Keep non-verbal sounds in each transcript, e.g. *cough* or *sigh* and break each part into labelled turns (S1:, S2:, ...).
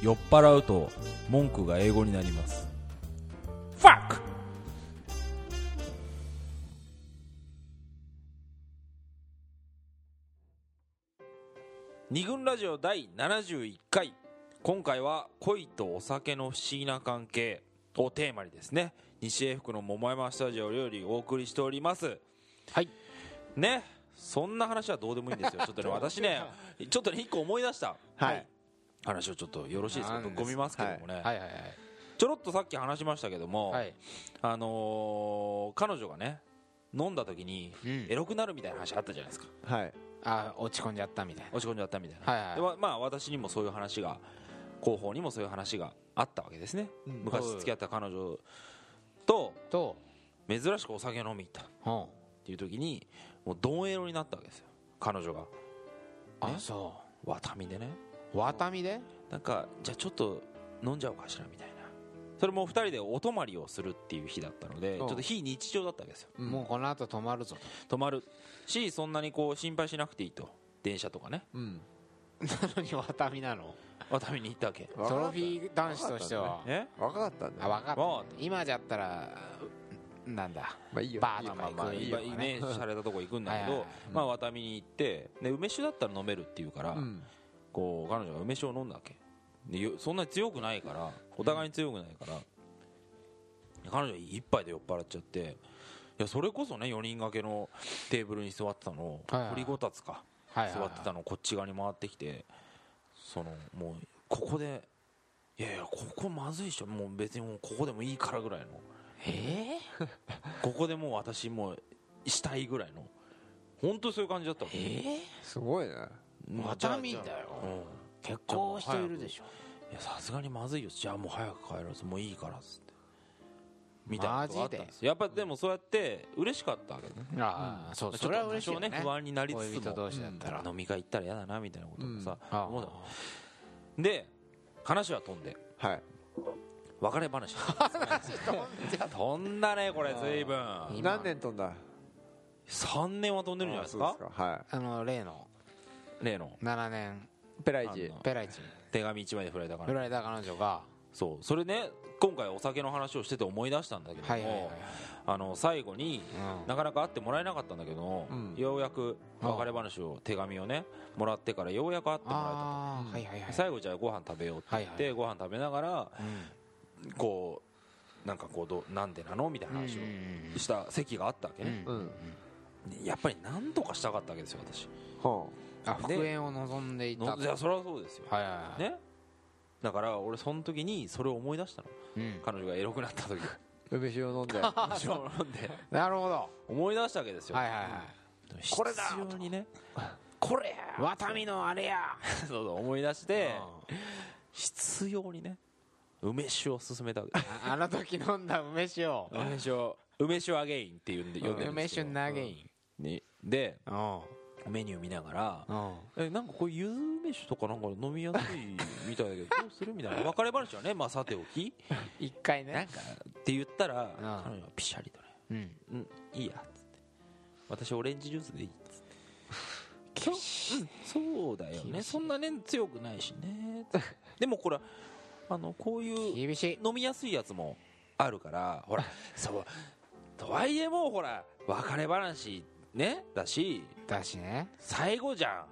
S1: 酔っ払うと文句が英語になります Fuck! 二軍ラジオ第71回今回は恋とお酒の不思議な関係をテーマにですね西英福の桃山スタジオよりお送りしております
S2: はい
S1: ねそんな話はどうでもいいんです
S2: *laughs*
S1: よちょっとね私ねちょっとね一個思い出した
S2: はい
S1: 話をちょっとよろしいですか
S3: なん
S1: ぶっ
S3: です
S1: 込みますけどもね、
S2: はいはい
S1: ちょろっとさっき話しましたけども、
S2: はいはい
S1: あのー彼女がね飲んだ時に
S2: うん
S1: エロくなるみたいな話あったじゃないですか
S3: はい
S2: あ落ち込んじゃったみたい
S1: 落ち込んじゃったみたいな、
S2: なはい
S1: で
S2: は
S1: ままあ私にもそういう話が広報にもそういう話があったわけですね、
S3: うん
S1: 昔
S2: はい
S1: 付き合った彼女と
S2: いと
S1: 珍しくお酒飲み行ったっ
S2: うん
S1: ていう時にもうドンエロになったわけですよ彼女が
S2: あ
S1: ね
S2: そ
S1: ワタミでね
S2: うワタミで
S1: なんかじゃあちょっと飲んじゃおうかしらみたいなそれも2人でお泊まりをするっていう日だったのでち
S2: う
S1: ょ
S2: ん
S1: っと非日常だったわけですよ
S2: もうこの後泊まるぞ *laughs*
S1: 泊まるしそんなにこう心配しなくていいと電車とかね
S3: うん
S2: なのにワタミなの
S1: 渡りに行ったわけ
S3: ト
S2: トロフィー男子としては
S1: え
S3: 若かったんだ
S2: あ
S3: よ
S2: 分かった
S1: もう
S2: 今じゃったらなんだ
S3: まあいいよ
S2: バー
S3: いい
S2: と
S3: よ
S2: か行
S3: ま
S1: ま
S3: あまあ
S1: あ
S2: く
S3: いい
S1: い
S3: よ
S1: っぱいね洒落たとこ行くんだけ
S2: はいはい
S1: ど
S2: はい
S1: まあ渡りに行ってで梅酒だったら飲めるっていうから
S3: うん
S1: こう彼女が梅酒を飲んだわけでよそんなに強くないからお互いに強くないからで彼女一杯で酔っ払っちゃっていやそれこそね4人掛けのテーブルに座ってたのを
S2: はいはい
S1: 鳥ごたつか
S2: はいはい
S1: 座ってたのをこっち側に回ってきてそのもうここでいやいやここまずいっしょもう別にもうここでもいいからぐらいの
S2: え
S1: ここでもう私もうしたいぐらいの本当にそういう感じだったの
S2: ー、え
S3: すごいね
S2: ー、ワタミだよ
S1: うん
S2: 結婚しているでしょ
S1: いやさすがにまずいよじゃあもう早く帰ろうもういいからっつってみたいな
S2: マ
S1: ことがあ
S2: ジ
S1: ったん
S2: で
S1: ですよやっぱでもそうやって嬉しかったわけね
S2: ああそう
S1: ちょ
S2: そ
S1: っ
S2: れ
S1: と
S2: は嬉しいよ
S1: 多少ね
S2: ね
S1: 不安になりつ
S2: 恋
S1: つ
S2: 人
S1: も
S2: 同士だったら
S1: 飲み会行ったら嫌だなみたいなこともさ
S2: あ
S1: 思うだろうで話は飛んで
S3: はい
S1: 別れ *laughs* 話飛んだねこれ随分
S2: 今
S3: 何年飛んだ
S1: 3年は飛んでるんじゃないです
S3: そうで
S1: か
S3: すかは
S2: あの例の
S1: 例の
S2: 7年
S3: いペライチ
S1: あの
S2: ペライチ
S1: 手紙一枚で振られたから
S2: 振られた彼女が
S1: そうそれね今回お酒の話をしてて思い出したんだけども、
S2: はいはいはいはい
S1: あの最後に、
S2: うん
S1: なかなか会ってもらえなかったんだけども、
S3: うん
S1: ようやく別れ話を手紙をねもらってからようやく会ってもら
S2: ああはいはい
S1: えた
S2: はい
S1: と最後じゃあご飯食べようって言って、
S2: はいは
S1: ご飯食べながら
S2: うん
S1: こうなんかこうどうなんでなのみたいな話
S2: うんうんうん
S1: をした席があったわけね、
S2: うん
S3: うん
S1: でやっぱり何とかしたかったわけですよ私
S3: ほ
S2: あ
S1: で
S2: 復縁を望んでい
S1: の
S2: た
S1: いやそれはそうですよ、
S2: はいはいはい
S1: ねだから俺その時にそれを思い出したの
S2: うん
S1: 彼女がエロくなった
S2: *laughs*
S1: 時
S3: う梅酒を飲んで
S1: 私も飲んで
S2: なるほど
S1: *laughs* 思い出したわけですよ、
S2: はいはいは
S1: これだ必要にねこれ
S2: いワタミのあれや
S1: *laughs* そうそう思い出して必要にね梅酒を勧めたわけ
S2: ああの時飲んだ梅酒 *laughs* を
S1: 梅酒を梅酒アゲインって言うんで呼んでるんで
S2: 梅
S1: すけ
S2: 酒
S1: ど
S2: 投げイ
S1: にで
S2: ンうん
S1: メニュー見ながら
S2: うん
S1: えなんかこれゆず梅酒とかなんか飲みやすいみたいだけどどうするみたいな別れ話はねまあさておき
S2: 一回
S1: なん
S2: ね
S1: かって言ったら彼
S2: あ
S1: 女がピシャリとね
S2: うん
S1: うんいいやっつって私オレンジジュースでいいっつって *laughs* そ,、うん、そうだよねそんなね強くないしねつって *laughs* でもこれあのこういう
S2: 厳しい
S1: 飲みやすいやつもあるから *laughs* ほらそうとはいえもうほら別れ話ねだし
S2: だしね
S1: 最後じゃん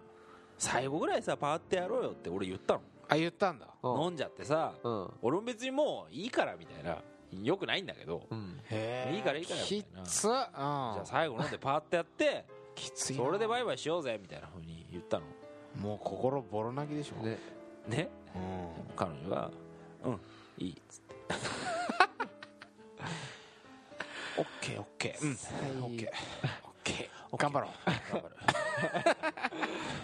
S1: 最後ぐらいさパーってやろうよって俺言った
S2: あ言ったんだ
S3: うん
S1: の飲んじゃってさ
S3: うん
S1: 俺も別にもういいからみたいなよくないんだけど
S3: うん
S2: へ
S1: いいからいいからみた
S2: き
S1: い
S2: っ
S1: な
S2: つうん
S1: じゃあ最後飲んでパーってやって
S2: きついな
S1: それでバイバイしようぜみたいなふうに言ったの
S2: もう心ボロ泣きでしょ
S3: ね
S1: ね
S2: うん
S1: 彼女が「うんいい」っつって「オッケーオッケーうん
S2: オ
S1: オッケー
S2: オッケー頑張ろう
S1: 頑
S2: *laughs*
S1: 張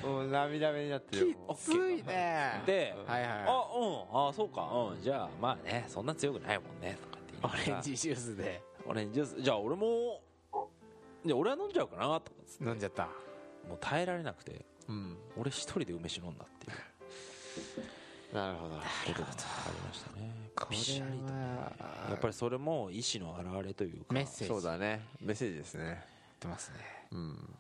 S1: る
S3: もう涙目になってるよもう
S1: オッケー
S2: いね」
S1: で「
S2: はい
S1: あ
S2: は
S1: うんあそうかうんじゃあまあねそんな強くないもんね」とかって言いなが
S2: い
S1: ら
S2: オレンジジュースで
S1: オレンジジュースじゃあ俺もじゃあ俺は飲んじゃおうかな」とかっつって
S2: 飲んじゃった
S1: もう耐えられなくて
S3: うん
S1: 俺一人で梅酒飲んだっていう
S3: なるほど
S1: ことがありましたね
S2: こ
S1: びしゃりとや
S2: や
S1: っぱりそれも意思の表れというか
S2: メッセージ
S3: そうだねメッセージですね
S2: ってますね
S3: うん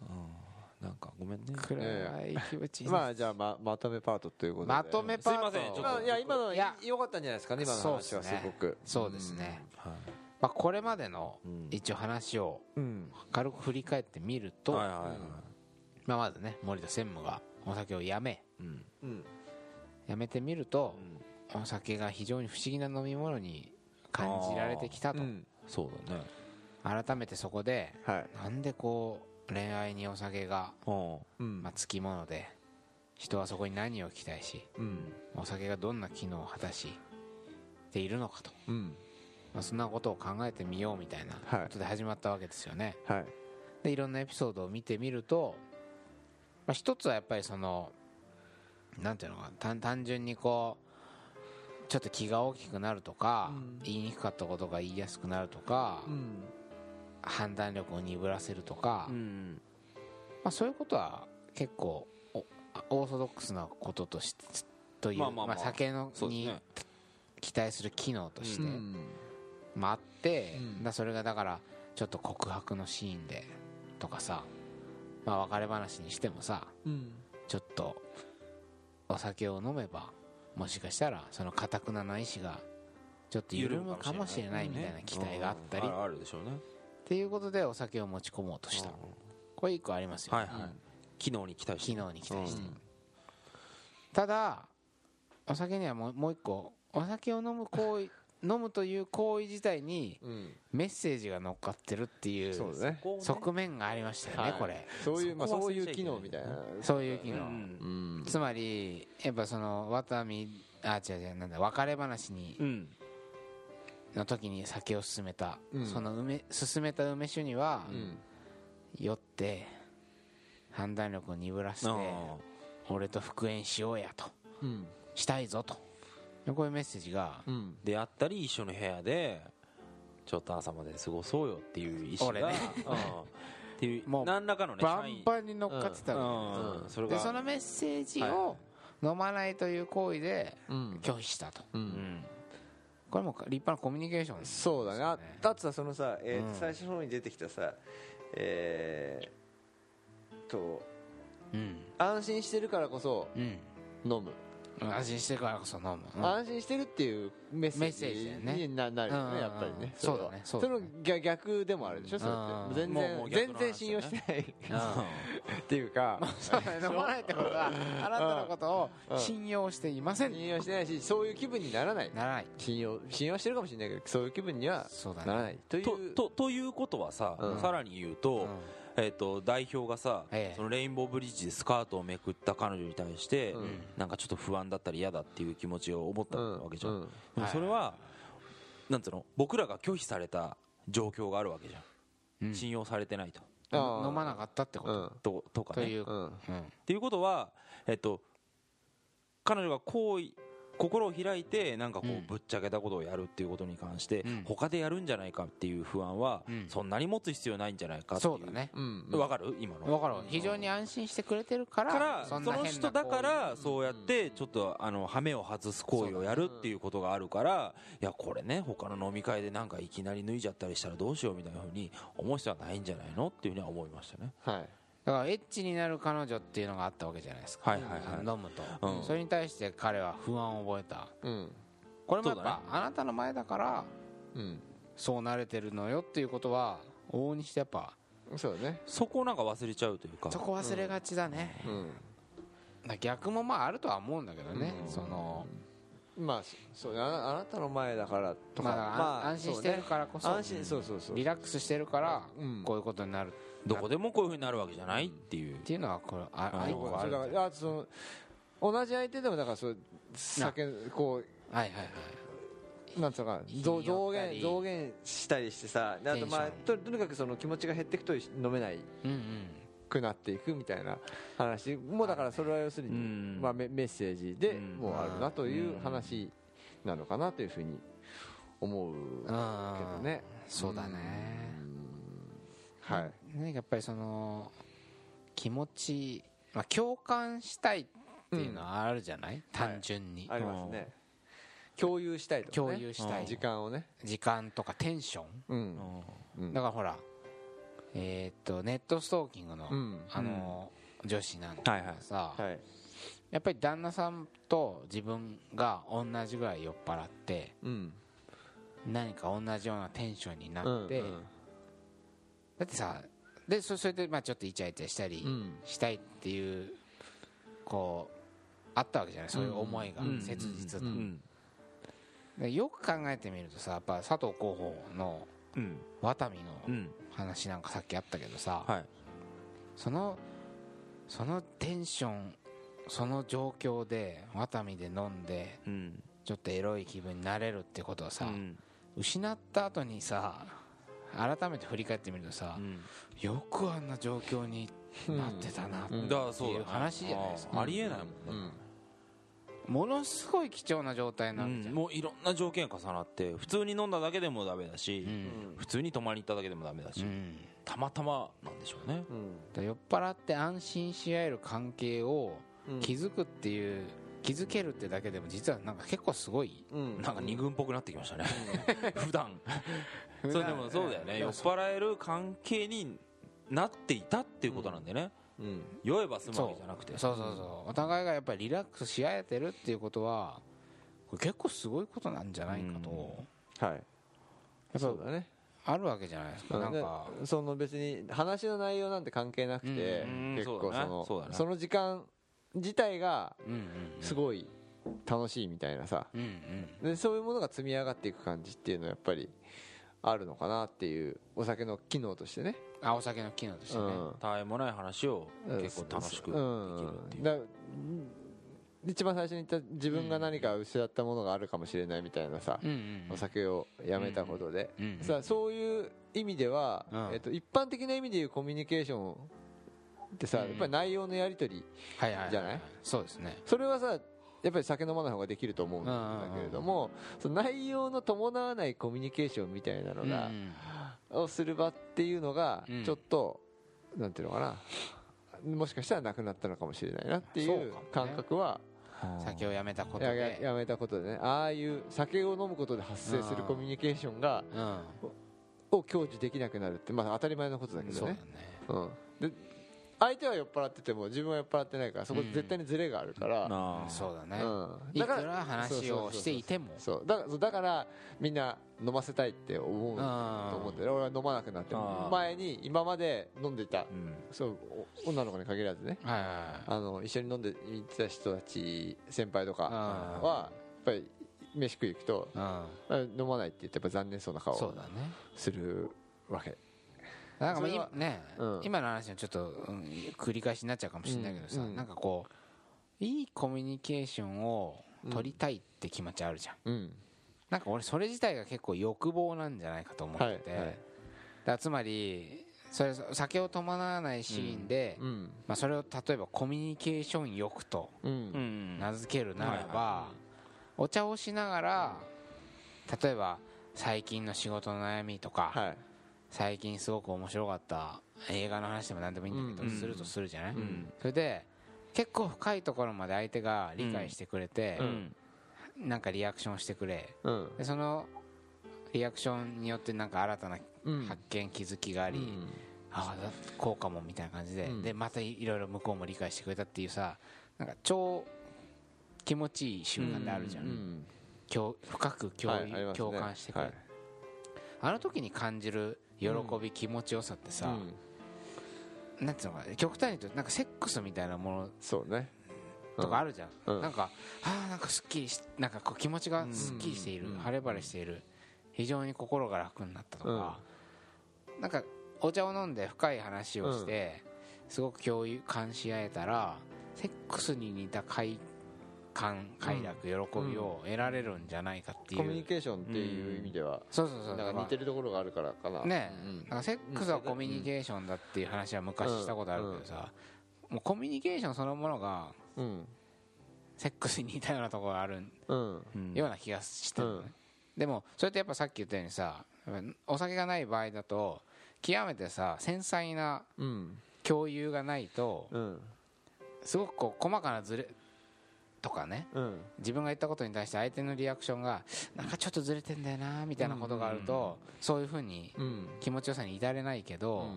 S1: なんかごめんね
S2: 暗い気持ちいいです
S3: まあじゃあままとめパートということで
S2: まとめパート
S1: すいませんちょっと
S3: まあいや今の
S2: いや
S3: 良かったんじゃないですかね今の話はすごく
S2: そうですね、
S1: はい
S2: まあ、これまでの
S1: うん
S2: 一応話を
S3: うん
S2: 軽く振り返ってみると、
S1: はいはいはい
S2: まあ、まずね森田専務がお酒をやめ
S1: うん
S3: うん
S2: やめてみると、お酒が非常に不思議な飲み物に感じられてきた
S3: う
S2: と、
S3: ん
S1: そうだね
S2: 改めてそこで
S3: はい
S2: なんでこう恋愛にお酒が、
S1: うん
S3: うん
S2: まあ、つきもので人はそこに何を期待し
S3: うん
S2: お酒がどんな機能を果たしているのかと、
S3: うん
S2: まあ、そんなことを考えてみようみたいな
S3: はい
S2: ことで始まったわけですよね、
S3: はい
S2: でいろんなエピソードを見てみると、まあ、一つはやっぱりそのなんていうのかな単単純にこうちょっと気が大きくなるとか、
S3: うん
S2: 言いにくかったことが言いやすくなるとか、
S3: うん
S2: 判断力を鈍らせるとか、
S1: う
S2: ま
S1: ん
S2: あ、そういうことは結構おオーソドックスなこととしてという、
S1: ま
S2: ま
S1: あ
S2: あ
S1: まあまあ
S2: 酒の
S1: そうです
S2: に
S1: ね
S2: 期待する機能として、
S3: うん
S2: まああって、
S3: うん
S2: だそれがだからちょっと告白のシーンでとかさ、まあ、別れ話にしてもさ
S3: うん
S2: ちょっとお酒を飲めばもしかしたらその堅くなな意志がちょっと緩むかもしれないみたいな期待があったり
S1: う
S2: っ
S1: んあるあるでしょうね
S2: ていうことでお酒を持ち込もうとしたこれ一個ありますよ、
S1: はいはい機能に期待して
S2: 機能に期待して、
S3: うん
S2: ただお酒にはもうもう一個お酒を飲む行
S3: *laughs*
S2: 為飲むという行為自体に
S3: うん
S2: メッセージが乗っかってるっていう
S3: そうだね
S1: こうね
S2: 側面がありましたよね、
S3: はい
S2: これ
S3: そういうまあ
S1: そこ
S3: そ
S1: は
S3: うい
S1: 忘れちゃいけ
S3: う機
S1: ない
S3: 能みたいな
S2: そういう機
S1: う
S2: 能、
S1: ん
S3: うん
S2: つまりやっぱそのワタミあ違う違うなんだ別れ話に
S1: うん
S2: の時に酒を勧めた、
S3: うん
S2: その梅勧めた梅酒には、
S3: うん
S2: 酔って判断力を鈍らせて
S1: あ
S2: 俺と復縁しようやと
S3: うん
S2: したいぞとこういうメッセージが
S3: うん
S1: ーであったり一緒の部屋でちょっと朝まで過ごそうよっていう意思
S2: 俺
S1: が
S2: ね
S1: うんっていう
S2: もう
S1: 何らかのね
S2: バ
S1: 社員
S2: ンバンに乗っかってたわ
S1: うんそ
S2: け
S1: れ
S2: で
S1: が
S2: でそのメッセージを飲まないという行為で
S3: うん
S2: 拒否したと
S1: う
S3: う
S1: んん
S2: これも立派なコミュニケーションです
S3: そうだねあ
S2: ね
S3: だってさそのさ、えー
S2: うん
S3: 最初の方に出てきたさえー、と
S2: うん
S3: 安心してるからこそ
S2: うん
S3: 飲む、
S2: 安心してからこそ飲む、うん
S3: 安心してるっていうメッセ
S2: メ
S3: ー
S2: ッセージだよ
S3: ジ
S2: ね
S3: にななるよ
S2: うんうんう
S3: ね
S2: ん
S3: やっぱりねれは
S2: そうだねそうだね
S3: その逆逆でもあるでしょそれ
S2: う
S3: って全
S1: ん
S3: 然
S1: もうもう逆
S3: 全
S1: の話だね
S3: 然信用してないっ
S2: うん
S3: ていうか
S2: そうだね飲まないってことはあなたのこと
S3: うん
S2: を信用していません
S3: *laughs* 信用してないしそういう気分にならない
S2: ならない
S3: 信用信用してるかもしれないけどそういう気分には
S2: そうだ
S3: な
S2: ね
S3: らないという
S1: ととということはさ、
S3: うん
S1: さらに言うと,、えっと代表がさ、
S2: ええ
S1: そのレインボーブリッジでスカートをめくった彼女に対して、
S3: うん
S1: なんかちょっと不安だったり嫌だっていう気持ちを思った
S3: うん
S1: わけじゃん、
S3: うん
S1: でもそれは、なんつうの僕らが拒否された状況があるわけじゃん、
S2: うん
S1: 信用されてないと
S3: あー
S2: 飲まなかったってこ
S3: う
S2: と
S3: ん
S1: ととか
S2: と
S1: ね
S2: いう
S3: うん
S2: うん
S1: っていうことは、えっと、彼女が好意心を開いてなんかこ
S2: う
S1: うんぶっちゃけたことをやるっていうことに関して、
S2: うん
S1: 他でやるんじゃないかっていう不安は、
S2: うん
S1: そんなに持つ必要ないんじゃないかっていう
S2: そうだね
S3: うん
S1: わかる今の
S2: わかるわ非常に安心してくれてるか
S1: から
S2: ら
S1: そ
S2: んな
S1: の
S2: 変な
S1: 人
S2: 行為
S1: だからそうやってちょっとあの羽目を外す行為をやるっていうことがあるからいやこれね他の飲み会でなんかいきなり脱いじゃったりしたらどうしようみたいなふうに思う人はないんじゃないのっていうふうには思いましたね
S3: はい
S2: だからエッチになる彼女っていうのがあったわけじゃないですか
S1: はいはいはい
S2: 飲むと、
S1: うん
S2: それに対して彼は不安を覚えた
S3: うん
S2: これもやっ
S1: そうだ
S2: ぱ、あなたの前だから
S3: うん
S2: そうなれてるのよっていうことは往々にしてやっぱ
S3: そうだね
S1: そこをなんか忘れちゃうというか
S2: そこ忘れがちだね、
S3: う
S2: だから逆もまああるとは思うんだけどね、
S3: うん
S2: その
S3: んまあそそうああなたの前だからとか
S2: まあだから安心してるからこそ
S3: そうね安心そうそうそう
S2: リラックスしてるから
S3: うん
S2: こういうことになるっ
S1: どこでもこういうふうになるわけじゃないっていう
S2: ていうのはこれあ
S1: うん
S2: あ一個あ
S3: そ
S2: る
S3: れ
S2: んだ
S3: だ
S2: よ
S3: からあその同じ相手でもだからそう酒こ
S2: はいはいはいう
S3: なんつうのかな
S2: 日によ
S3: 増
S2: ったり
S3: 増減増減したりしてさであとまあ
S2: テンション
S3: ととにかくその気持ちが減っていくと飲めない
S2: うん
S3: くなっていくみたいな話もうだからそれは要するに、
S1: うん
S3: まあ、メメッセージで
S1: うん
S3: もうあるなという話なのかなというふうに思
S2: う
S3: う
S2: ん
S3: け
S2: うん
S3: どね、
S2: そうだね
S3: はい
S2: ねやっぱりその気持ち、まあ、共感したいっていうのはあるじゃない、単純に、
S3: ありますね共有したいとか、ね、
S2: 共有したい
S1: うん
S3: 時間をね
S2: 時間とかテンション
S3: うん
S1: うん
S3: うん
S2: だからほらえーっとネットストーキングの、
S3: うん
S2: あの女子なんだ
S1: はいはい
S2: けどさ、
S3: はい
S2: やっぱり旦那さんと自分が同じぐらい酔っ払って
S3: うん
S2: 何か同じようなテンションに
S3: う
S2: なっ
S3: ん
S2: て、だってさでそそれでまあちょっとイチャイチャしたり
S3: うん
S2: したいっていう、こうあったわけじゃないそういう思いが、
S1: うん
S2: 切実
S3: う
S2: な、
S1: うん
S2: でよく考えてみるとさやっぱ佐藤候補の
S1: うん
S2: ワタミ
S1: う
S2: の
S1: ん
S2: 話なんかさっきあったけどさ、
S1: はい
S2: そのそのテンションその状況でワタミで飲んで
S1: うん
S2: ちょっとエロい気分になれるってことをさ、
S1: うん
S2: 失った後にさ改めて振り返ってみるとさ、よくあんな状況になってたなって
S1: う
S2: い
S1: ん
S2: う
S1: だからそうだね
S2: 話じゃないです
S1: あー
S2: か、
S1: ありえないもんね
S3: うん
S2: ものすごい貴重な状態なわけじ
S1: う
S2: ゃ
S1: ん
S2: ん、
S1: もういろんな条件重なって普通に飲んだだけでもダメだし、
S2: うん
S1: 普通に泊まりに行っただけでもダメだし、
S2: うん
S1: たまたまなんでしょうね、
S3: うん
S2: だから酔っ払って安心し合える関係を
S3: うん
S2: 気づくっていう気づけるってだけでも実はなんか結構すごい
S3: うん
S1: なんか二軍っぽくなってきました
S2: *laughs*
S1: ね普段それでもそうだよね
S2: い
S1: 酔っ
S2: や
S1: 払える関係になっていたっていうことなんでね、
S3: うん
S1: 酔えば済むわ
S2: そ
S1: け
S2: う
S1: じゃなくて
S2: そうそうそうお互いがやっぱりリラックスし合えてるっていうことはこれ結構すごいことなんじゃないかと、
S3: はい
S2: や
S3: そ
S2: っ
S3: うだね
S2: ぱあるわけじゃないですかなんか
S3: でその別に話の内容なんて関係なくて
S1: うんうん
S3: 結
S1: そ
S3: 構
S1: うだね
S3: その
S1: そうだね
S3: その時間自体が
S2: うんうん
S3: すごい楽しいみたいなさ
S2: うんうん
S3: でそういうものが積み上がっていく感じっていうのはやっぱりあるのかなっていうお酒の機能としてね
S2: あお酒の機能としてね、
S3: うん
S1: たわいもない話を結構楽しくできるっていう、
S3: だ一番最初に言った自分が何か失ったものがあるかもしれないみたいなさ、
S2: うんうん
S3: お酒をやめたことで、
S2: うんうん
S3: さあそういう意味では、
S2: うん
S3: えっと一般的な意味でいうコミュニケーションってさ、
S2: うん
S3: やっぱり内容のやり取り
S2: はいはい
S3: じゃない
S2: そうですね
S3: それはさやっぱり酒飲まない方ができると思うんだけれども、その内容の伴わないコミュニケーションみたいなのが、
S2: うん
S3: をする場っていうのが
S2: うん
S3: ちょっと、なんていうのかなもしかしたらなくなったのかもしれないなってい
S2: そうかも
S3: う
S2: ね
S3: 感覚は
S2: う
S1: うんん
S2: 酒をやめたこと
S3: やや
S2: で
S3: やめたことでねああいう酒を飲むことで発生する
S2: あー
S3: コミュニケーションが
S2: うん
S3: を享受できなくなるってまあ当たり前のことだけ
S2: そ
S3: ど
S2: うだ
S3: ね
S2: ね
S3: うんで相手は酔っ払ってても自分は酔っ払ってないからそこで絶対にズレがあるから
S1: なあ
S2: そうだね、
S3: うん
S2: い
S3: だ
S2: く
S3: から
S2: ら話をしていても
S3: そうだそうだからみんな飲ませたいって思うと思うんだよね俺は飲まなくなって
S1: あー
S3: も前に今まで飲んでい
S1: う
S3: た
S1: ん
S3: そうお女の子に限らずね
S2: はいはいはい
S3: あの一緒に飲んでいた人たち先輩とか
S2: あー
S3: はやっぱり飯食い行くと
S2: うん
S3: あ飲まないって言ってやっぱ残念そうな顔
S2: そう
S3: を
S2: だね
S3: するわけ
S2: なんかまあ
S3: それは
S2: 今ね、
S3: うん
S2: 今の話のちょっと、うん繰り返しになっちゃうかもしれないけどさ、
S3: うんうん
S2: なんかこういいコミュニケーションを取りたいって気持ちあるじゃん、
S3: うん
S2: なんか俺それ自体が結構欲望なんじゃないかと思ってて、
S3: はいはい
S2: だからつまりそれ酒を伴わないシーンで、
S3: うん
S2: まあ、それを例えばコミュニケーション欲と
S3: う
S1: うんん
S2: 名付けるならば、
S1: は
S2: お茶をしながら例えば最近の仕事の悩みとか、
S3: はい
S2: 最近すごく面白かった映画の話でも何でもいいんだけど、
S1: うん
S2: するとするじゃない、
S1: ん
S2: それで結構深いところまで相手が理解してくれて
S1: う、ん
S2: なんかリアクションしてくれ
S3: うん
S2: でそのリアクションによってなんか新たな
S3: うん
S2: 発見気づきがあり、
S3: うん
S2: ああだこうかもみたいな感じで、
S3: うん
S2: でまたいいろいろ向こうも理解してくれたっていうさなんか超気持ちいい瞬間ってあるじゃん、
S3: うん
S2: 共深く共,、
S3: はいありますね
S2: 共感してくれる、
S3: はい
S2: あの時に感じる喜び、気持ちよさってさ、
S3: うん
S2: なんていうのかな極端に言うとなんかセックスみたいなもの
S3: そうね
S2: とかあるじゃん、
S3: うん
S2: なんかあーなんかすっきりしなんかこう気持ちがすっきりしている、
S3: うん
S2: 晴れ晴れしている非常に心が楽になったとか、なんかお茶を飲んで深い話をして、すごく共有感し合えたらセックスに似た快感快楽喜びを得られるんじゃないかっていう、
S3: コミュニケーションっていう意味では
S2: そうそうそう
S3: なんか似て
S2: る
S3: るところがあるからかな
S2: ね
S3: うん
S2: なんかセックスはコミュニケーションだっていう話は昔したことあるけどさ、もうコミュニケーションそのものが
S3: うん
S2: セックスに似たようなところがある
S3: うん
S1: うん
S2: ような気がしてるのね、でもそれってやっぱさっき言ったようにさお酒がない場合だと極めてさ繊細な
S3: うん
S2: 共有がないと
S3: うん
S2: すごくこう細かなズレとかね
S3: うん
S2: 自分が言ったことに対して相手のリアクションがなんかちょっとずれてんだよなみたいなことがあるとそういうふうに
S3: うん
S2: 気持ちよさに至れないけど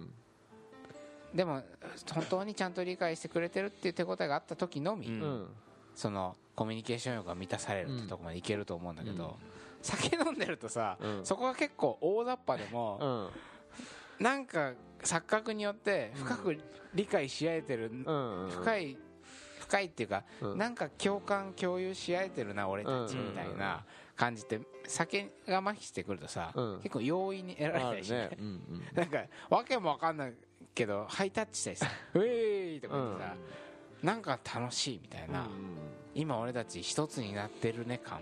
S3: う
S2: でも本当にちゃんと理解してくれてるっていう手応えがあった時のみ、
S1: うん
S3: うん
S2: そのコミュニケーション欲が満たされるってとこまでいけると思うんだけど、酒飲んでるとさ、
S3: うん
S2: そこが結構大雑把でも、
S3: うん
S2: なんか錯覚によって深く理解し合えてる、
S3: うん
S2: 深い深いっていうか、
S3: うん
S2: なんか共感共有し合えてるな俺たち
S1: うん
S2: みたいな感じって酒が麻痺してくるとさ、
S3: うん
S2: 結構容易に得られ
S3: あ
S2: た
S3: る
S2: りしない、
S3: ねうんうん
S2: *laughs* なんかわけもわかんないけどハイタッチしたりさ「ウェーイ!」とか言ってさ、なんか楽しいみたいな、今俺たち一つになってるね感っ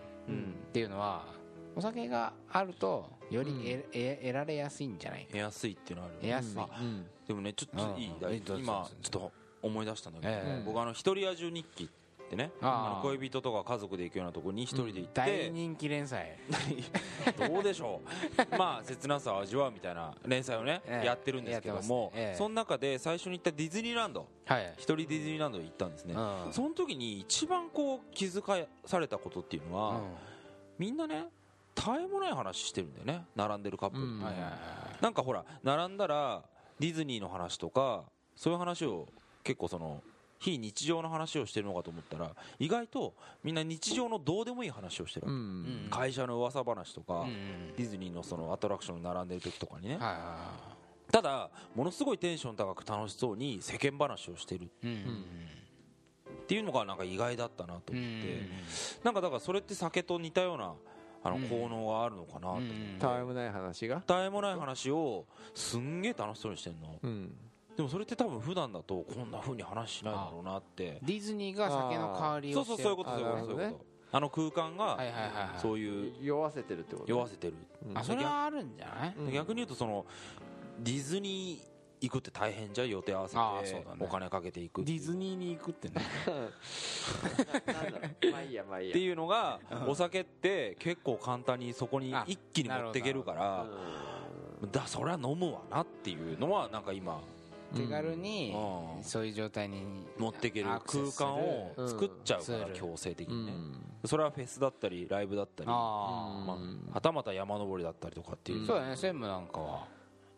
S2: ていうのはお酒があるとより得,、得得られやすいんじゃないか
S1: 得やすいっていうのあるよ
S2: 得
S1: ね
S2: やすい、
S3: うんうん
S1: でもねちょっといい
S2: うん
S1: 大
S2: どうぞ
S1: 今
S2: どうぞ
S1: ちょっと思い出したんだけど、
S2: え
S3: え
S1: 僕あの一人野獣日記ってね
S2: あー
S1: あの恋人とか家族で行くようなとこに一人で行って、
S2: 大人気連載
S1: どうでしょう *laughs* まあ切なさを味わうみたいな連載をね、
S2: ええ
S1: やってるんですけども、
S2: やってますねええ
S1: その中で最初に行ったディズニーランド
S2: *laughs* はい
S1: 一人ディズニーランドに行ったんですね、
S2: うん
S1: その時に一番こう気づかされたことっていうのは、みんなね絶えもない話してるんだよね並んでるカップル、
S3: うん
S2: はいはいはい
S1: なんかほら並んだらディズニーの話とかそういう話を結構その非日常の話をしてるのかと思ったら意外とみんな日常のどうでもいい話をしてる
S3: う
S1: わけ、
S3: ん
S1: 会社の噂話とか、
S2: うんうん
S1: ディズニーのそのアトラクションに並んでる時とかにね、
S2: はいは
S1: ただものすごいテンション高く楽しそうに世間話をしてる
S2: いはいうん
S1: っていうのがなんか意外だったなと
S2: うんう
S1: 思
S2: ん
S1: って、なんかだからそれって酒と似たようなあの効能があるのかなと思って、
S2: うん
S3: たわいもない話が
S1: 絶えもない話をすんげえ楽しそうにしてんの
S3: うん
S1: でもそれって多分普段だとこんな風に話しないだろうなって
S2: ディズニーが酒の代わり
S1: そ
S2: を
S1: う
S2: して
S1: そう
S2: る
S1: そういうこと
S3: あ
S1: そういうこと
S3: なるほ
S1: そうい
S3: どね
S1: うことあの空間が
S2: はいはいはいはい
S1: そういう
S3: 酔わせてるってこと
S1: 酔わせてる、
S3: うん
S2: あそれはあるんじゃない
S3: うん
S1: 逆に言うとそのディズニー行くって大変じゃん予定合わせ
S2: あーそう
S1: て
S2: だね
S1: お金かけていくって
S2: デ
S1: い
S2: ィ
S1: う
S2: ズニーに行くってね
S3: なんだろうまあいいやまあいい
S1: っ
S3: や
S1: ていうのがお酒って結構簡単にそこに一気に持っていけるからだそりゃ飲むわなっていうのはなんか今
S2: 手軽に
S1: うん
S2: そういう状態に
S1: 持っていける
S2: アク
S1: 空
S2: セスする
S1: 間を作っちゃうから
S2: うん
S1: 強制的
S3: う
S1: に
S3: ん
S1: ねそれはフェスだったりライブだったりま
S2: あ
S3: うん
S1: あはたまた山登りだったりとかっていううん
S2: あそうだね専務なんかは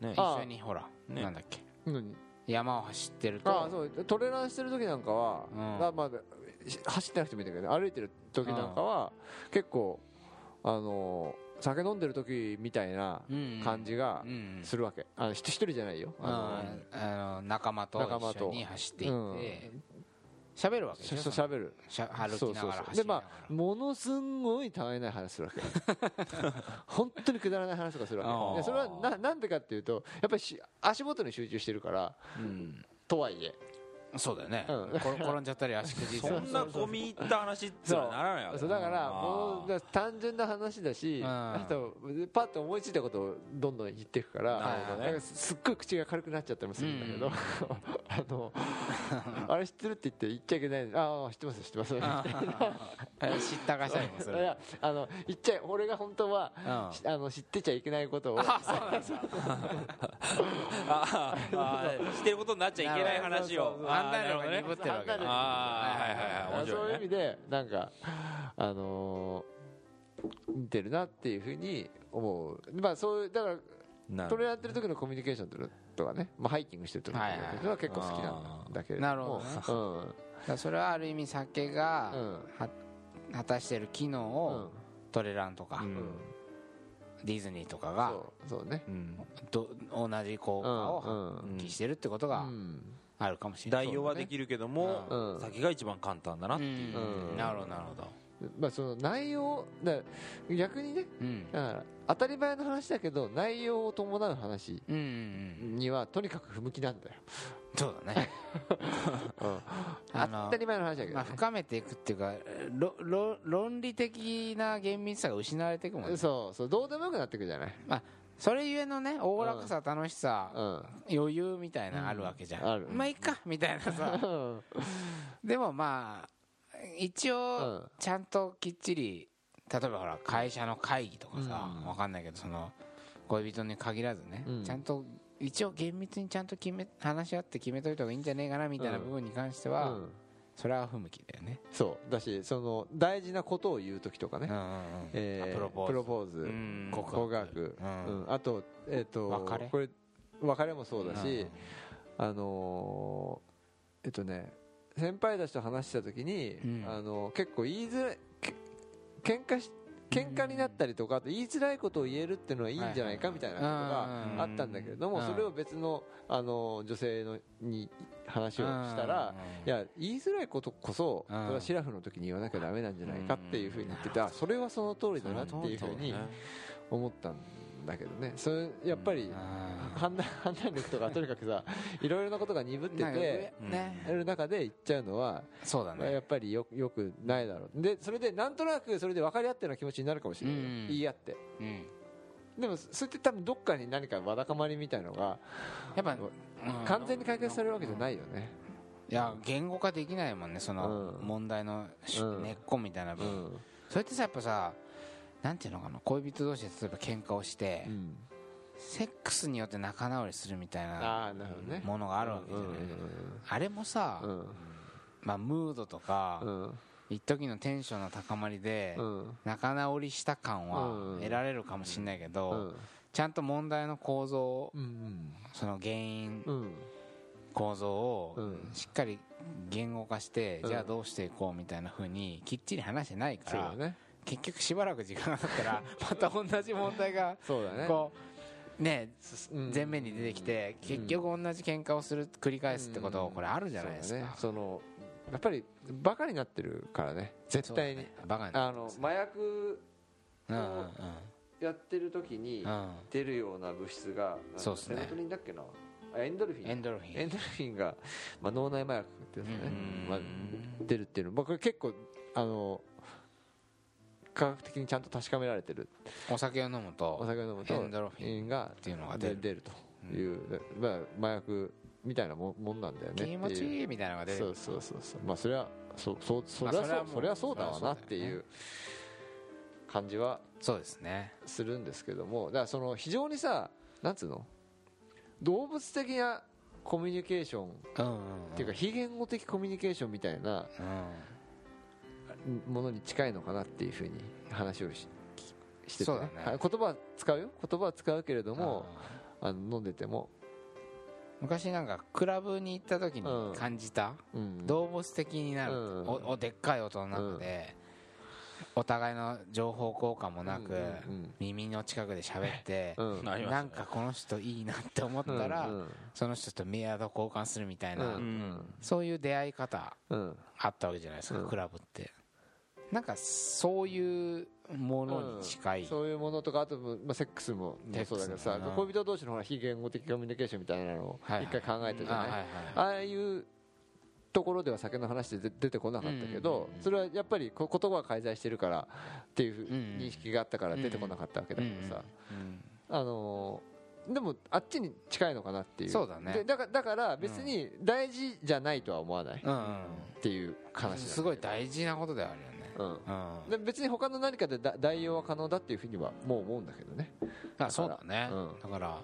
S1: ね
S2: 一緒にほら
S1: ね
S2: なんだっけ
S3: 何
S2: 山を走ってる
S3: あ
S2: と
S3: そうトレランしてる時なんかは、
S2: うん
S3: あまあ、し走ってなくてもいいんだけどね歩いてる時なんかは、結構あのー酒飲んでる時みたいな
S2: うん
S3: 感じが
S2: うんうん
S3: するわけ、あのひ一人じゃないよ
S2: うん
S3: あの
S2: あの仲間と
S3: 仲間
S2: 一緒
S3: と
S2: に走っていって喋るわけで
S3: しゃ
S2: しょ
S3: しゃべる
S2: しゃ歩き
S3: そう
S2: な
S3: そう
S2: がら
S3: そう
S2: 走
S3: で
S2: りなが
S3: ま
S2: ら
S3: あものすんごいたわいない話するわけ
S2: *laughs*
S3: 本当にくだらない話とかするわ
S1: あー
S3: けでそれはななんでかっていうとやっぱりし足元に集中してるから
S1: うん
S3: とはいえ
S2: そうだよね
S3: うん
S2: 転転んじゃったり足くじいた
S1: そ
S2: り
S1: んな込み入った話っつうのはならないわけ
S3: そうだから
S1: あー
S3: もうだから単純な話だし、
S2: うん
S3: あとパッと思いついたことをどんどん言っていくから
S1: なるほどね
S3: なんかすっごい口が軽くなっちゃったりもするんだけど、
S2: うん
S3: *laughs* あのあれ知ってるって言って言っちゃいけないああ知ってます知ってます *laughs* みたいな
S2: あ知ったかしたりもす
S3: い
S2: る
S3: やあの言っちゃい俺が本当は、
S2: うん
S3: しあの知ってちゃいけないこと
S1: *laughs*
S3: を
S1: あーあーしてることになっちゃいけない話
S3: そう
S1: を
S3: そうそう
S1: あー
S2: 判断力が鈍ってるわけだ
S3: 判断力が鈍ってる
S1: あーはいはいはい面
S3: そ
S1: 白い
S3: ういう
S1: ね
S3: 意味でなんかあのー似てるなっていうふうに思うまあそういうだから
S1: なる
S3: ト
S1: ほ
S3: レ
S1: ど
S3: やってる時のコミュニケーションとかね、まあ、ハイキングしてる時とか
S2: はいはいはい
S3: それは結構好きなんだけれども
S2: なるほ
S3: ど、
S2: だからそれはある意味酒がは果たしてる機能
S3: うんうん
S2: をトレランとか
S1: うん
S2: ディズニーとかが
S3: そうそうね
S1: うん
S2: ど同じ効果を
S3: う
S2: 発
S3: んうん
S2: 揮してるってことがあるかもしれない
S1: 代用はできるけども、
S3: うん
S1: 先が一番簡単だなっていう、
S2: うん
S3: うん
S2: なるほどなるほど
S3: まあその内容だから逆にね
S2: うん
S3: だから当たり前の話だけど内容を伴う話
S2: うんうんうん
S3: にはとにかく不向きなんだよ、
S2: そうだ
S3: *laughs*
S2: ねあの
S3: 当たり前の話だけど
S2: まあ
S3: ね、
S2: 深めていくっていうかろろ論理的な厳密さが失われていくもんね
S3: そうそうどうでもよくなってくるじゃない、
S2: それゆえのねおおらかさ楽しさ
S3: うん、
S2: 余裕みたいなのあるわけじゃん、
S3: うんある
S2: まあいいかみたいなさでもまあ一応
S3: うん
S2: ちゃんときっちり例えばほら会社の会議とかさ、
S3: うん
S2: わかんないけどその恋人に限らずね、
S3: うん
S2: ちゃんと一応厳密にちゃんと決め話し合って決めといた方がいいんじゃねえかなみたいな
S3: うん
S2: 部分に関しては、
S3: うん
S2: それは不向きだよね、
S3: そうだしその大事なことを言う時とかね、
S2: うんうんうん
S3: えー
S2: あプロポーズ
S3: ズ
S1: うん
S2: 告
S3: 告白、
S2: うん
S3: うんあと,、えー、と
S2: 別れ
S3: これ別れもそうだし、あのーえっとね先輩たちと話してた時に、
S2: うん
S3: あの結構言いづらいけ喧嘩し喧嘩になったりとかあと言いづらいことを言えるっていうのはいいんじゃないかみたいなことが
S2: うん
S1: うんうん
S3: あったんだけれども
S2: うん
S3: それを別のあの女性のに話をしたらいや言いづらいことこそ
S2: うん
S3: それはシラフの時に言わなきゃダメなんじゃないかっていうふうに言ってて
S2: うん
S3: あそれはその通りだなっていうふ
S1: そううだ
S3: に
S1: ね
S3: 思ったんだけどねそれやっぱり判断 *laughs* 判断力とかとにかくさいろいろなことが鈍ってて
S1: うん
S2: ね
S1: ね
S3: ある中で言っちゃうのは
S2: そうだ
S3: まあや
S2: ね
S3: っぱりよよくないだろうでそれでなんとなくそれで分かり合ってるような気持ちになるかもしれないよ
S2: うん
S3: 言い合って
S2: うん
S3: でもそれって多分どっかに何かわだかまりみたいのが
S2: やっぱ
S3: 完全に解決されるわけじゃ
S2: い
S3: ないよね
S2: いや言語化できないもんねその
S3: うん
S2: 問題のし
S3: うん
S2: 根っこみたいな部
S3: う
S2: 分
S3: ん
S2: それってさやっぱさなんていうのかな恋人同士で例えば喧嘩をして
S3: うん
S2: セックスによって仲直りするみたいな
S3: ああなるほどね
S2: ものがあるわけじゃないあれもさ
S3: うんうん
S2: まあムードと
S3: う
S2: か
S3: ん
S2: 一時のテンションの高まりで
S3: うんうん
S2: 仲直りした感
S3: う
S2: は
S3: ん
S2: 得られるかもしれないけ
S3: う
S2: ど
S3: ん
S2: ちゃんと問題の構造
S3: うん
S2: その原因
S3: うん
S2: 構造を
S3: うん
S2: しっかり言語化して
S3: うん
S2: じゃあどうしていこうみたいなふうにきっちり話してないか
S3: そうだ
S2: ら
S3: ね
S2: 結局しばらく時間が経った
S3: *laughs*
S2: らまた同じ問題が
S3: そうだね
S2: こうね
S3: うん
S2: 前面に出てきて
S3: ん
S2: 結局同じ喧嘩をする繰り返すってこと
S3: うん
S2: これあるじゃないです
S3: そうだね
S2: か
S3: そのやっぱりバカになってるからね絶
S2: そうだ
S3: 対
S2: ね
S3: に
S2: バカに
S3: あの麻薬
S2: うんうん
S3: やってる時に
S2: うん
S3: 出るような物質がなんだ
S2: そうっすね
S3: セロトニンだっけなあエンドルフ
S2: うん
S3: ィ
S2: エン
S3: ン
S2: ドルフィン
S3: エンドルフィンが、まあ、脳内麻薬ってやつだね
S1: うん、
S3: まあ、出るっていうの、まあ、これ結構あの科学的にちゃんと確かめられてる
S2: お酒を飲む
S3: お
S2: と
S3: 酒を飲むと
S2: エンドルフィン
S3: ンが
S2: っていうのが出
S3: 出
S2: る
S3: 出るという、まあ、麻薬みたいなももんなんだよねって
S2: 気
S3: いう
S2: 持ちいいみたいなのが出
S3: そう
S2: る
S3: そうそうそうまあそれはそそそ
S2: まあ
S3: れは
S2: それは
S3: そ
S2: もう
S3: それはそうだわなっ
S2: そ
S3: て
S2: れはそうだよね
S3: いう感じは
S2: そうですね
S3: するんですけどもだからその非常にさなんつうの動物的なコミュニケーションっ
S2: うんうん
S3: ていうか非言語的コミュニケーションみたいな
S2: うん
S3: ものに近いのかなっていうふうに話をしきしてて、
S2: そうだね
S3: はい言葉は使うよ言葉は使うけれども
S2: うん
S3: あの飲んでても、
S2: 昔なんかクラブに行った時
S3: う
S2: に
S3: ん
S2: 感じた
S3: うん、
S2: 動物的になる
S3: うん
S2: おおでっかい音の中でお互いの情報交換もなく
S3: うん
S2: 耳の近くで喋って
S3: うんうん
S1: なりましたね
S2: なんかこの人いいなって思ったら
S3: うん
S2: その人とメアド交換するみたいうなんそういう出会い方
S3: うん
S2: あったわけじゃないですか
S3: うん
S2: クラブってなんかそういうものに近い
S3: そういうものとかあと、まあ、セックスも
S2: セックス
S3: そうだけどさ
S2: うん
S3: 恋人同士のほら非言語的コミュニケーションみたいなのを
S2: はいはい
S3: 一回考えたじゃ
S2: あはい
S3: ない
S2: はい
S3: ああいうところでは酒の話で出出てこなかったけど、
S2: うん
S3: それはやっぱりこ言葉が介在してるからっていうふう
S2: うんうん
S3: 認識があったから出てこなかったわけだけどさ、
S2: うん
S3: あのーでもあっちに近いのかなっていう
S2: そうだね
S3: でだからだから別に大事じゃないとは思わない
S2: うんうん
S3: っていう話なんだけど
S2: すごい大事なことではあるよね
S3: う
S2: う
S3: ん
S2: ん
S3: で別に他の何かでだ代用は可能だっていうふうにはもう思うんだけどね
S2: あそうだね、
S3: うん
S2: だから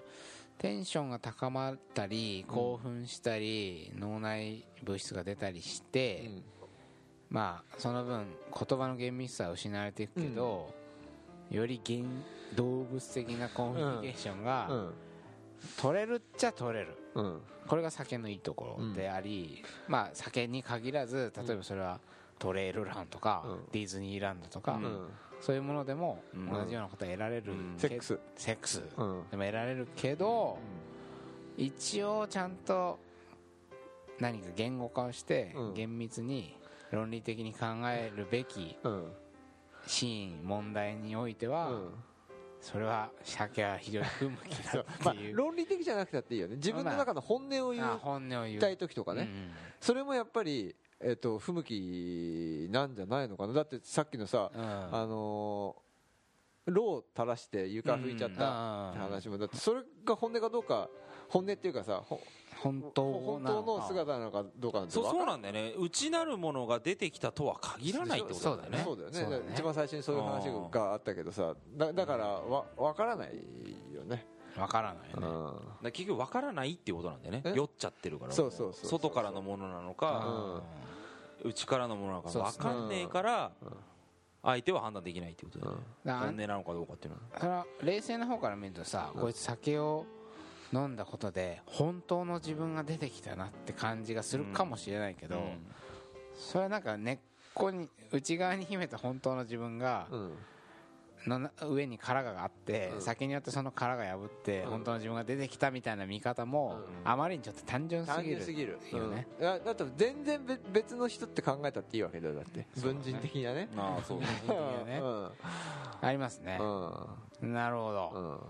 S2: テンションが高まったり興奮したり、脳内物質が出たりして、まあその分言葉の厳密さは失われていくけど、より現動物的なコミュニケーション
S3: う
S2: が
S3: ん
S2: 取れるっちゃ取れる
S3: うん
S2: これが酒のいいところであり、まあ酒に限らず例えばそれはトレイルランとか、
S3: うん
S2: ディズニーランドとか、
S3: うん
S2: そういうものでも
S1: うん
S2: 同じようなことは得られる、
S1: うん
S2: け
S3: セックス
S2: セックス
S3: うん
S2: でも得られるけど、一応ちゃんと何か言語化をして
S3: うん
S2: 厳密に論理的に考えるべき
S3: うん
S2: シーン問題においては、
S3: うん
S2: それは鮭は非常に不向きだ
S3: *laughs* ま
S2: って
S3: あ
S2: いう、
S3: 論理的じゃなくたっていいよね自分の中の本音を言
S2: あ
S3: い
S2: 本音を言う
S3: たい時と
S2: う
S3: かね
S2: ん
S3: それもやっぱりえっと不向きなんじゃないのかなだってさっきのさ
S2: うん
S3: あのーロを垂らして床拭いちゃったって話もだってそれが本音かどうか本音っていうかさほ
S2: 本当
S3: 本
S2: な
S3: 当
S2: の
S3: の
S2: か
S3: 姿なのかどうかなんて
S1: そう
S3: わかん
S1: そうなんだよね内なるものが出てきたとは限らないってことだよね
S3: そうだよね
S2: そうだね
S3: だから一番最初にそういう話があったけどさだだからわ分からないよね
S2: わからないよ
S3: う
S2: ね、
S1: だ
S3: ん
S1: から結局分からないっていうことなんだよね
S3: え
S1: 酔っちゃってるから
S3: そうそうそう
S1: 外からのものなのか
S3: うん
S1: 内からのものなのか
S2: そうです
S1: 分
S2: ね
S1: かんねえから
S3: うん
S1: 相手は判断できないってことだよね
S2: だから
S1: 本音なのかどうかっていうのは
S2: それは冷静な方から見るとさ、こいつ酒を飲んだことで本当の自分が出てきたなって感じがするかもしれないけど、それはなんか根っこに内側に秘めた本当の自分が、
S3: うん
S2: のな上に殻があって、
S3: うん
S2: 先によってその殻が破って、
S3: うん
S2: 本当の自分が出てきたみたいな見方も、
S1: うん
S2: あまりにちょっと単純す
S3: 単
S2: ぎる
S3: 純すぎる
S2: いいよね
S3: うんだだって全然別別の人って考えたっていいわけだよだって
S2: そうだね
S3: 文人的なね
S1: ああ
S2: *laughs*
S1: そうね
S2: 文人的なね
S3: うん
S2: ありますね
S3: う、ん
S2: なるほど、
S3: うん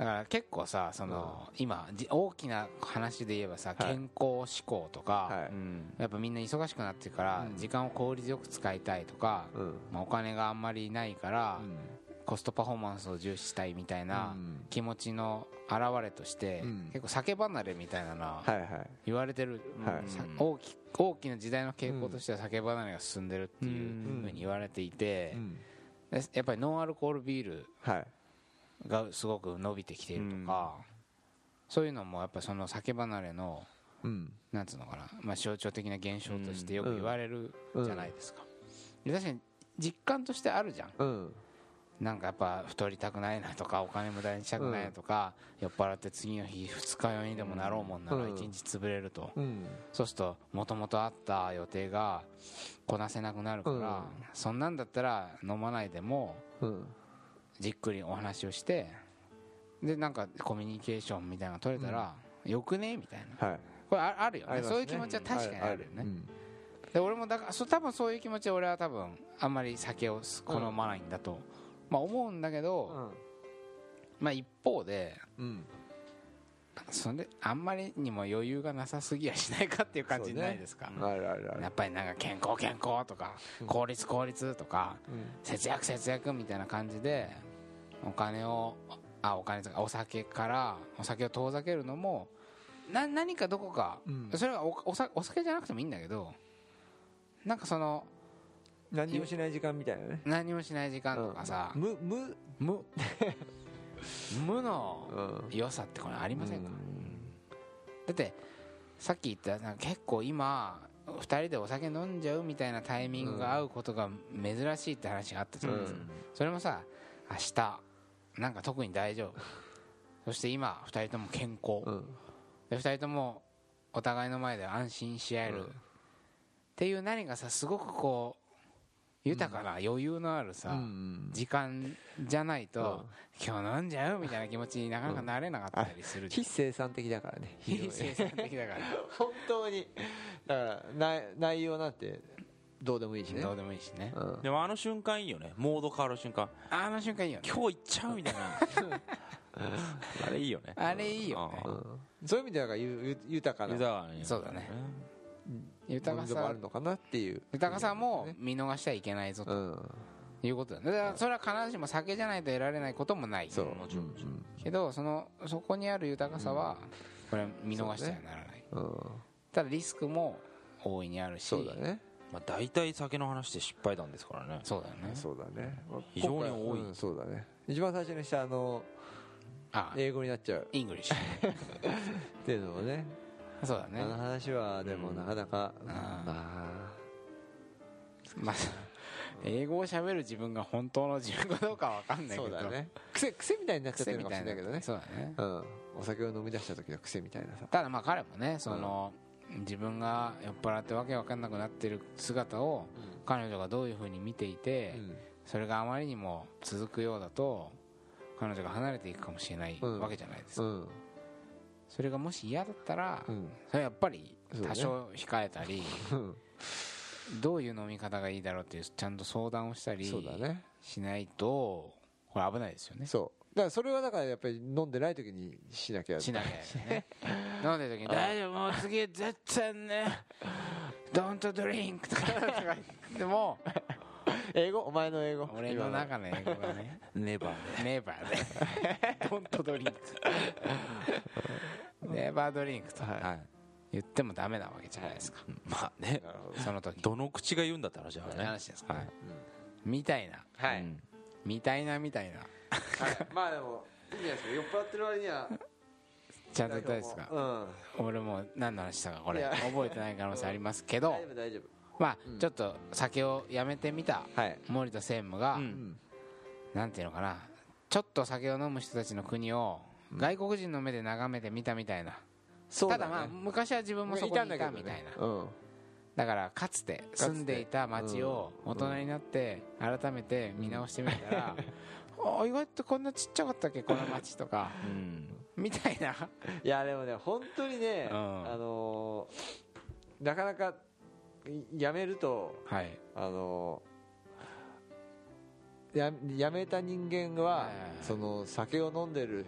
S2: だから結構さその、今じ大きな話で言えばさ、
S3: はい
S2: 健康志向とか、
S3: はい
S1: うん
S2: やっぱみんな忙しくなってるから、
S3: うん
S2: 時間を効率よく使いたいとか、
S3: うん
S2: まあ、お金があんまりないから、
S3: うん
S2: コストパフォーマンスを重視したいみたいな
S3: うん
S2: 気持ちの表れとして、
S3: うん
S2: 結構酒離れみたいなのは
S3: はいはい
S2: 言われてる、
S3: はい
S2: さ
S1: うん
S2: 大き大きな時代の傾向としては酒離れが進んでるっていう
S3: うん
S2: ふうに言われていて
S3: う、ん
S2: でやっぱりノンアルコールビール
S3: はい
S2: がすごく伸びてきているとか、そういうのもやっぱその酒離れの
S3: うん
S2: なんつうのかな、まあ、象徴的な現象としてよく言われるじゃないですか、で確かに実感としてあるじゃん
S3: うん
S2: なんかやっぱ太りたくないなとかお金無駄にしたくないなとか、酔っ払って次の日二日酔いにでもなろうもんなら
S3: うん
S2: 一日潰れると、
S3: うん
S2: そうするともともとあった予定がこなせなくなるから、
S3: うん
S2: そんなんだったら飲まないでも
S3: うん
S2: じっくりお話をしてでなんかコミュニケーションみたいなのが取れたら、よくねみたいな
S3: はい
S2: これああるよ
S3: あ
S2: ね
S3: りますね
S2: そういう気持ちは確かにあるよね、
S3: うん
S2: で俺もだからそう多分そういう気持ちで俺は多分あんまり酒を好まないんだと、まあ、思うんだけど、まあ、一方で
S3: うん
S2: それあんまりにも余裕がなさすぎやしないかっていう感じないですか、
S3: あるあるあ
S2: やっ
S3: る
S2: ぱりなんか健康健康とか
S3: うん
S2: 効率効率とか
S3: うん
S2: 節約節約みたいな感じでお金をあお金とかお酒からお酒を遠ざけるのもな何かどこか
S3: うん
S2: それはおおさお酒じゃなくてもいいんだけどなんかその
S3: 何もしない時間みたいなね
S2: 何もしない時間とかさ、
S3: 無無
S2: 無無の
S3: うん
S2: 良さってこれありませんか、
S3: うん
S2: だってさっき言ったなんか結構今2人でお酒飲んじゃうみたいなタイミングが合うことが珍しいって話があったじゃないですか、それもさ明日なんか特に大丈夫そして今2人とも健康、
S3: うん
S2: で2人ともお互いの前で安心し合える、
S3: う
S2: っ
S3: ん
S2: ていう何かさすごくこう豊かな余裕のあるさ、
S3: うん
S2: 時間じゃないと、
S3: うん
S2: 今日飲んじゃうみたいな気持ちになかなかなれなかったりするじゃ
S3: 非
S2: ん、
S3: 生産的だからね
S2: 非 *laughs* 生産的
S3: *laughs*
S2: だか
S3: 本当にだから内内容なんてどうでもいいし
S2: ら
S3: ね
S2: どうでもいいしね
S3: うん
S1: でもあの瞬間いいよねモード変わる瞬間
S2: あの瞬間いいよね
S1: 今日行っちゃうみたいな *laughs* あれいいよね
S2: あれいいよね
S3: うんそういう意味ではゆゆ豊か
S1: ユ
S3: な
S1: ザーに
S2: そうだね豊か
S3: 分もあ
S2: さ
S3: るのかなっていう
S2: 豊かさも見逃してはいけないぞ
S3: う
S2: と
S3: ん
S2: いうことだねだからそれは必ずしも酒じゃないと得られないこともない
S3: そう
S1: もちろんもちろ
S2: けどそのそこにある豊かさはこれは見逃してはならない、
S3: うんうん
S2: ただリスクも大いにあるし
S3: そうだね
S1: まあ大体酒の話で失敗談ですからね
S2: そうだよね
S3: そうだね
S1: 非常に多い
S3: 今回うんそうだね一番最初にしたあの
S2: あ
S3: 英語になっちゃう
S2: イングリッシュ
S3: っていうのもね
S2: そうだ
S3: あ
S2: ね
S3: の話はでもなかなか
S2: ん
S3: ま
S2: まあ、英語を喋る自分が本当の自分かどうかは分かん
S3: あ
S2: ないけ
S3: そ
S2: ど
S3: うだね癖癖みたいになっちゃって
S2: 癖
S3: る
S2: み
S3: のかも
S2: た
S3: し
S2: い
S3: れ
S2: な
S3: ないけ
S2: そ
S3: どね
S2: うだね
S3: うんお酒を飲み出した時の癖みたいなさ
S2: ただまあ彼もねその、自分が酔っ払ってわけわかんなくなってる姿を彼女がどういうふうに見ていて、
S3: うん
S2: それがあまりにも続くようだと彼女が離れていくかもしれない
S3: うん
S2: わけじゃないです
S3: う
S2: か、
S3: ん
S2: それがもし嫌だったら、
S3: うん
S2: それはやっぱり
S3: そうね
S2: 多少控えたり、
S3: うん
S2: どういう飲み方がいいだろうっていうちゃんと相談をしたり
S3: そうだね
S2: しないとこれ危ないですよね
S3: そうだからそれはだからやっぱり飲んでない時にしなきゃ
S2: しなきゃです
S3: *laughs*
S2: ね飲んでる時に「大丈夫もう次絶対ね Don't drink」とかでも
S3: 英語お前の英語
S2: 俺の中の英語がね
S1: ネバー
S2: 「ネバー」で「Don't drink」「ネバードリンク」と
S1: ではい
S2: 言ってもダメなわけじゃないですか
S1: *laughs* まあね
S3: なるほど
S2: その時
S1: どの口が言うんだって話だよね
S2: 話ですか
S1: は
S2: ら
S1: い
S2: ねみたいな
S3: は
S1: うん
S2: みたいなみたいな
S3: *laughs* まあでもいいじゃないですか酔っ払ってる割には
S2: ちゃんと言ったんですか
S3: うん
S2: 俺も何の話したかこれ
S3: いや
S2: 覚えてない可能性ありますけ
S3: *laughs*
S2: ど
S3: 大丈夫大丈
S2: まあ
S3: うん
S2: ちょっと酒をやめてみた
S3: 夫はい
S2: 森田専務が
S1: う
S3: うん
S1: ん
S2: なんていうのかなちょっと酒を飲む人たちの国を
S1: うん
S2: 外国人の目で眺めて見たみたいな、
S3: そう
S2: た
S3: だ
S2: だ
S3: ね
S2: まあ昔は自分もそこにいたみたいな
S3: うん
S2: だからかつて住んでいた町を大人になって改めて見直してみたら、あ意外とこんなちっちゃかったっけこの町と *laughs* か
S1: うん
S2: みたいない
S3: やでもね本当にね、
S2: うん
S3: あのーなかなかいやめると
S2: はい
S3: あのーややめた人間は、
S2: はいはいはい
S3: その酒を飲んでる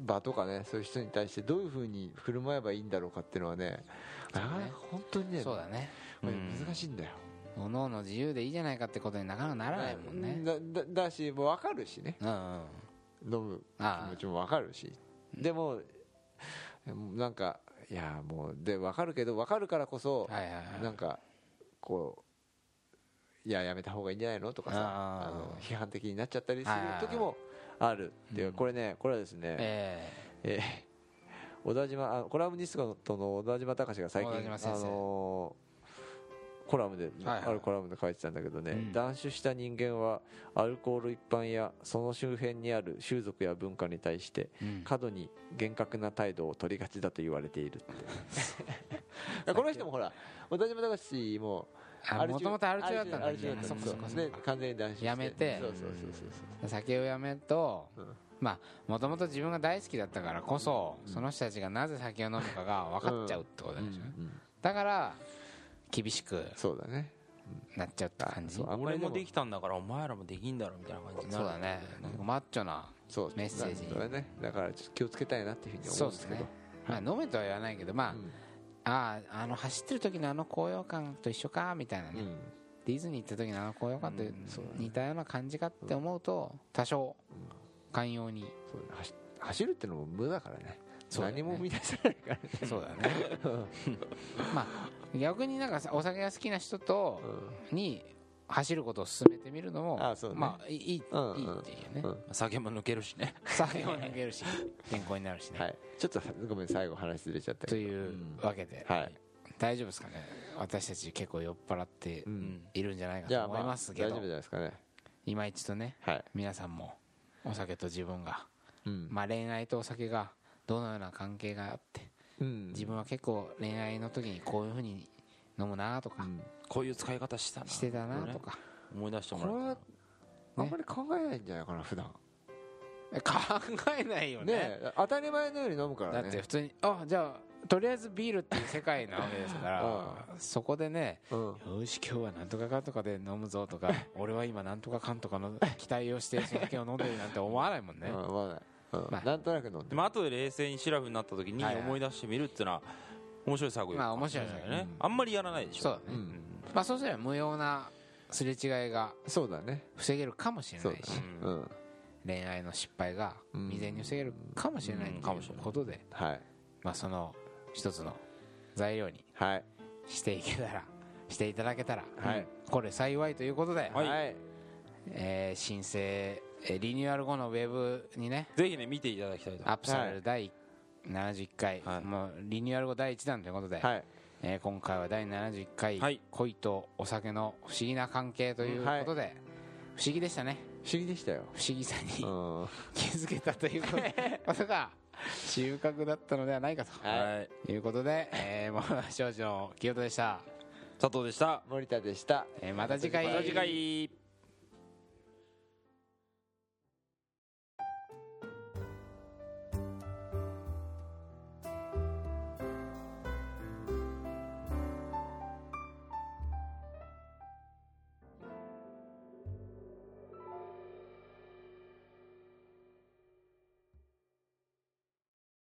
S3: 場とかねそういう人に対してどういうふうに振る舞えばいいんだろうかっていうのはねなかなか本当にね
S2: そうだね
S3: これ
S1: うん
S3: 難しいんだよ、
S2: おのおの自由でいいじゃないかってことになかなかならないもんね
S3: だだだしもう分かるしね
S2: うんうん
S3: 飲む気
S2: あ
S3: 持ちも分かるしでもなんかいやもうで分かるけど分かるからこそ
S2: あはいはい
S3: な
S2: は
S3: んかこういややめた方がいいんじゃないのとかさ
S2: あー
S3: あの批判的になっちゃったりする
S2: はいはいはい
S3: 時もあるっていう
S1: うん
S3: これねこれはです
S2: い
S3: ね
S2: え
S3: えー小田島あコラムニストの小田島隆が最近
S2: 小田島先
S3: あ
S2: 生
S3: のーコラムで
S2: はいはい
S3: あるコラムで書いてたんだけど
S1: う
S3: ね
S1: ん
S3: 断酒した人間はアルコール一般やその周辺にある習俗や文化に対して
S2: えうん
S3: 過度に厳格な態度を取りがちだと言われて
S2: *laughs*
S3: いるこの人もほら小田島隆も
S2: あもともとアル中だったんだ
S3: R
S2: っ
S3: 中
S2: け
S3: だ
S2: あ
S3: った
S2: そ
S3: ん
S2: っ
S3: で
S2: か
S3: す
S2: そっかそ
S3: よで
S2: っか
S3: 完全に断酒して
S2: やめて
S3: そうそうそうそうそ
S2: 酒をやめると
S3: うん
S2: まあもともと自分が大好きだったからこそ
S3: うん
S2: その人たちがなぜ酒を飲むかが分かっちゃうってこと
S3: う
S2: なんでしょうね
S3: うんうん
S2: だから厳しく
S3: そうだね
S2: なっちゃうって感じ
S3: そうあんま
S1: 俺
S3: り
S1: も
S3: も
S1: できたんだからお前らもできんだろみたいな感じにな
S2: そ
S1: る
S2: うだねなんかマッチョな
S3: そう
S2: メッセージに
S3: だねだからちょっと気をつけたいなっていうふうに思
S2: そううんで
S3: ですすけ
S2: ね
S3: ど
S2: まあ飲めとは言わないけどまああああの走ってる時のあの高揚感と一緒かみたいな
S3: うんう
S2: ね
S3: ん
S2: ディズニー行った時のあの高揚感と
S1: うん
S3: そうだね
S2: 似たような感じかって思うと多少寛容に
S3: そうだね走走るってのも無駄だからね
S2: そうだね
S3: 何も生み出せないからね
S2: そうだね *laughs* まあ逆になんかさお酒が好きな人とに走ることを勧めてみるのも
S3: あそうね
S2: まあいいいい,、
S3: うんうん
S2: いいっていうね、
S3: うん
S1: 酒も抜けるしね
S2: 酒を抜けるし健康になるしね、
S3: はいちょっとごめん最後話ずれちゃった
S2: と
S3: け
S2: いうわけで、
S3: どはい
S2: 大丈夫ですかね私たち結構酔っ払って
S3: う
S1: うんん
S2: いるんじゃないか
S3: じ
S2: と
S3: ゃあ
S2: 思
S3: まあ
S2: いま
S3: 大
S2: す
S3: 丈
S2: けど、
S3: 夫じゃないですかね
S2: 今一度ね
S3: はい
S2: 皆さんもお酒と自分が、
S3: うん
S2: まあ、恋愛とお酒がどのような関係があって
S3: うん
S2: 自分は結構恋愛の時にこういうふうに飲むなと
S3: う
S2: か、
S3: ん
S1: こういう使い方してたな
S2: してたなと
S1: ね
S2: か、
S1: 思い出してもらう
S3: こあんまり考えないんじゃないかな普段
S2: 考えないよね
S3: ねえ当たり前のように飲むから
S2: だ
S3: ね
S2: って普通にあじゃあとりあえずビールっていう世界なわけです
S3: *laughs*
S2: からそこでね
S3: うん
S2: よし今日はなんとかかんとかで飲むぞと
S3: *laughs*
S2: か俺は今なんとかかんとかの期待をして酒を飲んでるなんて思わないもんね
S3: うん思わないうん
S2: まあ
S3: なんとなく飲んで
S1: でも後で冷静にシラフになった時に
S2: はいはい
S1: 思い出してみるっていうのは面白い作業
S2: まあ面白い
S1: で
S2: です
S1: す
S2: よ
S1: よ
S2: ね
S1: ねあんまりやらないでしょ
S2: そうだね、
S3: うん
S2: まあそうすれば無用なすれ違いが
S3: そうだね
S2: 防げるかもしれ
S3: そ
S2: な
S3: う
S2: い
S3: だ
S2: し、
S3: ね
S1: う
S3: うん
S2: 恋愛の失敗が
S3: うん
S2: 未然に防げるかもしれない
S1: うん
S2: ということで、
S3: はい
S2: まあその一つの材料に
S3: はい
S2: していけたらしていただけたら、
S3: はい
S2: これ幸いということで、
S1: はい
S3: はい
S2: えー申請えーリニューアル後のウェブにね
S1: ぜひね見ていただきたいと
S2: アップされる第71回、
S1: はい
S2: もうリニューアル後第1弾ということで、
S3: はい
S2: えー今回は第71回、
S1: はい
S2: 恋とお酒の不思議な関係ということで、不思議でしたね
S3: 不思議でしたよ
S2: 不思議さに
S3: う
S2: *laughs* 気
S3: ん
S2: づけたということことが収穫だったのではないかと
S1: はい
S2: いうことで、えー、もう少女の清人でした、
S1: 佐藤でした
S3: 森田でした
S2: えーまた次回
S1: また次回